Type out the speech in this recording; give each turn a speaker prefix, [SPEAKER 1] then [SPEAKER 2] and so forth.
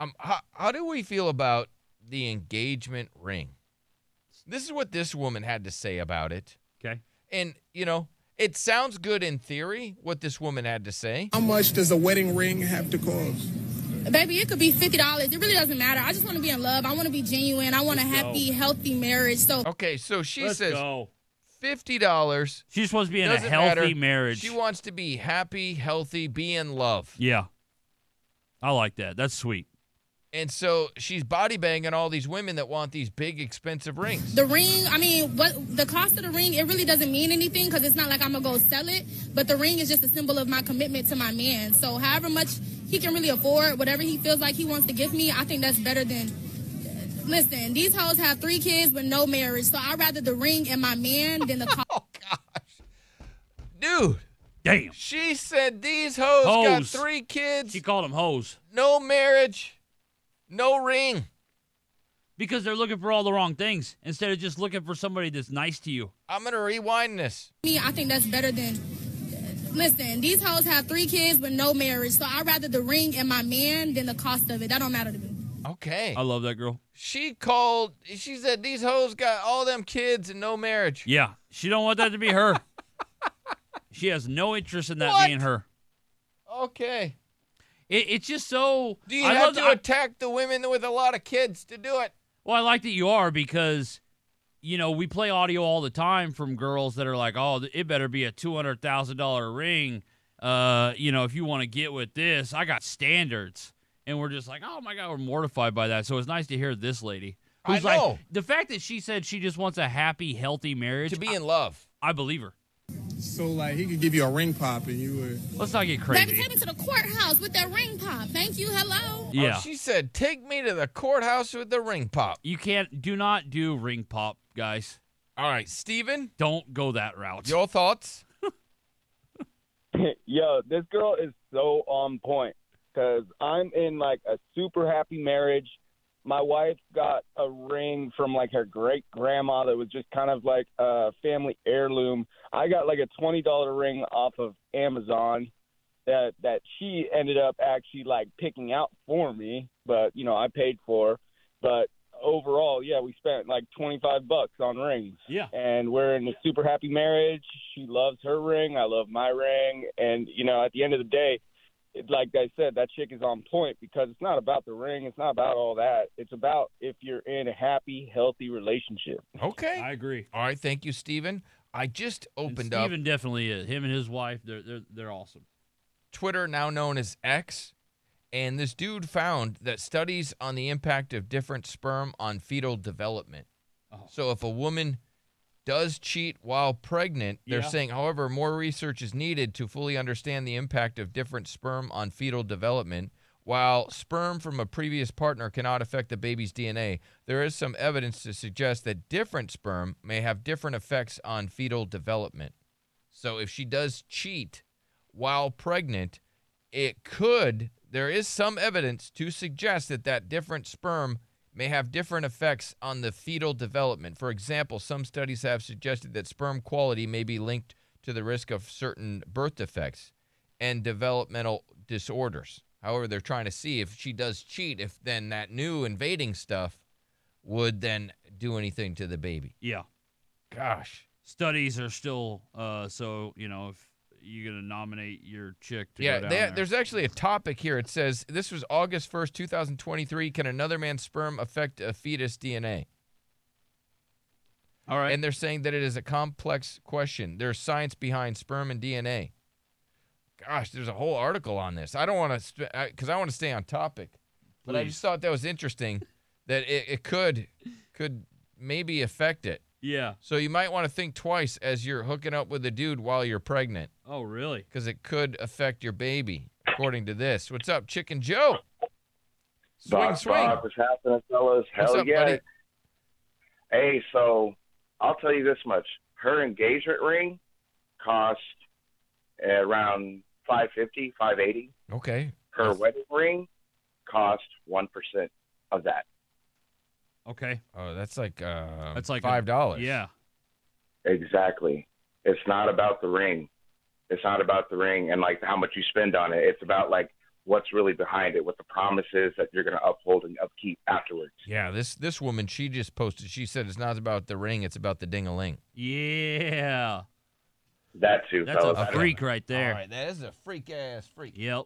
[SPEAKER 1] um, how, how do we feel about the engagement ring? This is what this woman had to say about it.
[SPEAKER 2] Okay.
[SPEAKER 1] And, you know, it sounds good in theory what this woman had to say.
[SPEAKER 3] How much does a wedding ring have to cost?
[SPEAKER 4] Baby, it could be fifty dollars. It really doesn't matter. I just want to be in love. I want to be genuine. I want a happy, healthy marriage. So
[SPEAKER 1] Okay, so she
[SPEAKER 2] Let's
[SPEAKER 1] says
[SPEAKER 2] go.
[SPEAKER 1] $50.
[SPEAKER 2] She's supposed to be in a
[SPEAKER 1] Doesn't
[SPEAKER 2] healthy
[SPEAKER 1] matter.
[SPEAKER 2] marriage.
[SPEAKER 1] She wants to be happy, healthy, be in love.
[SPEAKER 2] yeah. I like that. That's sweet.
[SPEAKER 1] And so she's body banging all these women that want these big, expensive rings.
[SPEAKER 4] the ring, I mean, what the cost of the ring? It really doesn't mean anything because it's not like I'm gonna go sell it. But the ring is just a symbol of my commitment to my man. So however much he can really afford, whatever he feels like he wants to give me, I think that's better than. Listen, these hoes have three kids with no marriage. So I'd rather the ring and my man than the cost.
[SPEAKER 1] Oh, gosh. Dude,
[SPEAKER 2] Damn.
[SPEAKER 1] she said these hoes, got
[SPEAKER 2] Hoes.
[SPEAKER 1] three kids,
[SPEAKER 2] She called them hoes
[SPEAKER 1] no marriage, no ring.
[SPEAKER 2] because they're looking for all the wrong things instead of just looking for somebody that's nice to you.
[SPEAKER 1] I'm going to rewind this.
[SPEAKER 4] me, I think that's better than. Listen, these hoes have three kids with no marriage, so I'd rather the ring and my man than the cost of it. That don't matter to me.
[SPEAKER 1] Okay.
[SPEAKER 2] I love that girl.
[SPEAKER 1] she called, she said these hoes got all them kids and no marriage.
[SPEAKER 2] Yeah. She don't want that to be her. she has no interest in that
[SPEAKER 1] What?
[SPEAKER 2] being her.
[SPEAKER 1] Okay.
[SPEAKER 2] It, it's just so.
[SPEAKER 1] Do you
[SPEAKER 2] I
[SPEAKER 1] have
[SPEAKER 2] love
[SPEAKER 1] to
[SPEAKER 2] that- I-
[SPEAKER 1] attack the women with a lot of kids to do it?
[SPEAKER 2] Well, I like that you are because, you know, we play audio all the time from girls that are like, "Oh, th- it better be a two hundred thousand dollar ring." Uh, you know, if you want to get with this, I got standards, and we're just like, "Oh my god," we're mortified by that. So it's nice to hear this lady.
[SPEAKER 1] I
[SPEAKER 2] Who's
[SPEAKER 1] know.
[SPEAKER 2] like the fact that she said she just wants a happy, healthy marriage.
[SPEAKER 1] To be in love.
[SPEAKER 2] I, I believe her.
[SPEAKER 3] So like he could give you a ring pop and you would
[SPEAKER 2] Let's not get
[SPEAKER 4] Baby,
[SPEAKER 2] crazy.
[SPEAKER 4] take me to the courthouse with that ring pop. Thank you. Hello.
[SPEAKER 1] Oh,
[SPEAKER 2] Yeah,
[SPEAKER 1] she said, take me to the courthouse with the ring pop.
[SPEAKER 2] you can't. Do not do ring pop, guys.
[SPEAKER 1] All right, Steven,
[SPEAKER 2] Don't go that route.
[SPEAKER 1] your thoughts?
[SPEAKER 5] Yo, this girl is so on point because I'm in like a super happy marriage. My wife got a ring from like her great grandma that was just kind of like a family heirloom. I got like a twenty dollar ring off of Amazon that that she ended up actually like picking out for me, but you know I paid for. But overall, yeah, we spent like twenty five bucks on rings
[SPEAKER 2] Yeah.
[SPEAKER 5] and we're in a super happy marriage. She loves her ring, I love my ring, and you know, at the end of the day, it, like I said, that chick is on point because it's not about the ring, it's not about all that. It's about if you're in a happy, healthy relationship.
[SPEAKER 1] Okay.
[SPEAKER 2] agree.
[SPEAKER 1] All right, thank you, Steven. I just
[SPEAKER 2] And
[SPEAKER 1] opened up
[SPEAKER 2] Steven definitely is. Him and his wife, they're they're, they're awesome.
[SPEAKER 1] Twitter, now known as X, and this dude found that studies on the impact of different sperm on fetal development.
[SPEAKER 2] Oh.
[SPEAKER 1] So if a woman does cheat while pregnant, they're
[SPEAKER 2] Yeah.
[SPEAKER 1] saying, however, more research is needed to fully understand the impact of different sperm on fetal development. While sperm from a previous partner cannot affect the baby's DNA, there is some evidence to suggest that different sperm may have different effects on fetal development. So if she does cheat while pregnant, it could, there is some evidence to suggest that that different sperm may have different effects on the fetal development. For example, some studies have suggested that sperm quality may be linked to the risk of certain birth defects and developmental disorders. However, they're trying to see if she does cheat, if then that new invading stuff would then do anything to the baby.
[SPEAKER 2] Yeah.
[SPEAKER 1] Gosh.
[SPEAKER 2] Studies are still uh so, you know, if you're gonna nominate your chick to
[SPEAKER 1] yeah,
[SPEAKER 2] go down
[SPEAKER 1] they-
[SPEAKER 2] there.
[SPEAKER 1] there's actually a topic here. It says this was August 1st, 2023. Can another man's sperm affect a fetus DNA?
[SPEAKER 2] all right.
[SPEAKER 1] And they're saying that it is a complex question. There's science behind sperm and DNA. Gosh, there's a whole article on this. I don't want to, because I want to stay on topic. But I
[SPEAKER 2] Please.
[SPEAKER 1] just thought that was interesting that it, it could could maybe affect it.
[SPEAKER 2] yeah.
[SPEAKER 1] So you might want to think twice as you're hooking up with a dude while you're pregnant.
[SPEAKER 2] Oh really?
[SPEAKER 1] because it could affect your baby, according to this. What's up, Chicken Joe? Swing,
[SPEAKER 6] Doc,
[SPEAKER 1] swing.
[SPEAKER 6] Doc, what's happening, fellas? Hell
[SPEAKER 1] What's up,
[SPEAKER 6] yeah.
[SPEAKER 1] buddy?
[SPEAKER 6] Hey, so I'll tell you this much: her engagement ring cost around five fifty, five eighty.
[SPEAKER 1] Okay.
[SPEAKER 6] Her
[SPEAKER 1] Yes.
[SPEAKER 6] wedding ring cost one percent of that.
[SPEAKER 2] Okay.
[SPEAKER 1] Oh, that's like uh,
[SPEAKER 2] That's like a-
[SPEAKER 1] five dollars.
[SPEAKER 2] Yeah.
[SPEAKER 6] Exactly. It's not about the ring. It's not about the ring and like how much you spend on it. It's about like
[SPEAKER 5] what's really behind it, what the promise is that you're going to uphold and upkeep afterwards.
[SPEAKER 1] Yeah, this this woman she just posted. She said it's not about the ring, it's about the ding a ling.
[SPEAKER 2] Yeah.
[SPEAKER 5] That too,
[SPEAKER 2] That's
[SPEAKER 5] fellas.
[SPEAKER 2] a freak right there.
[SPEAKER 1] All right, that is a freak ass freak.
[SPEAKER 2] Yep.